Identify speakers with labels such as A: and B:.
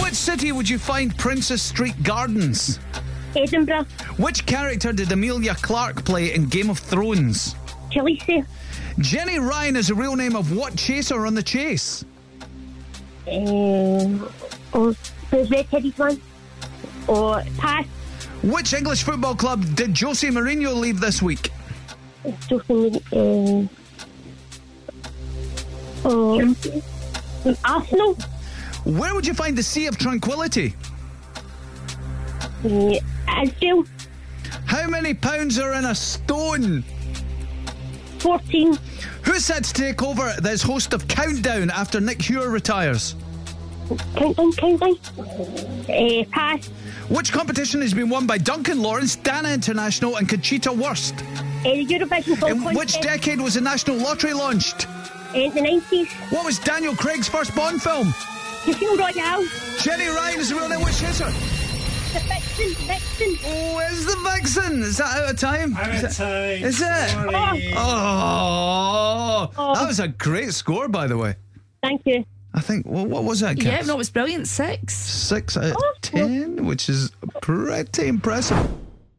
A: What city would you find Princess Street Gardens?
B: Edinburgh,
A: Which character did Amelia Clark play in Game of Thrones?
B: Khaleesi,
A: Jenny Ryan is the real name of what chaser on the chase?
B: um, or the red-headed one, or pass,
A: Which English football club did Jose Mourinho leave this week?
B: Justin, um, or Arsenal,
A: Where would you find the Sea of Tranquility?
B: uh, Israel,
A: How many pounds are in a stone?
B: 14,
A: Who's set to take over as host of Countdown after Nick Hure retires?
B: countdown, countdown, uh, pass,
A: Which competition has been won by Duncan Lawrence, Dana International, and Conchita Wurst?
B: uh, the Eurovision Song
A: In which
B: Contest,
A: decade was the National Lottery launched?
B: uh, the 90s,
A: What was Daniel Craig's first Bond film?
B: Casino Royale,
A: Jenny Ryan is the real name. Which is her?
B: the Vixen, Vixen,
A: Oh, is the vixen? Is that out of time?
C: Out
A: Is
C: of
A: it-
C: time.
A: Is it?
C: Sorry.
A: Oh,
B: Oh.
A: that was a great score, by the way.
B: thank you.
A: I think. Well, what was that?
D: Yeah,
A: Kath?
D: no, it was brilliant. Six.
A: Six out of
B: Oh, well.
A: ten, which is pretty impressive.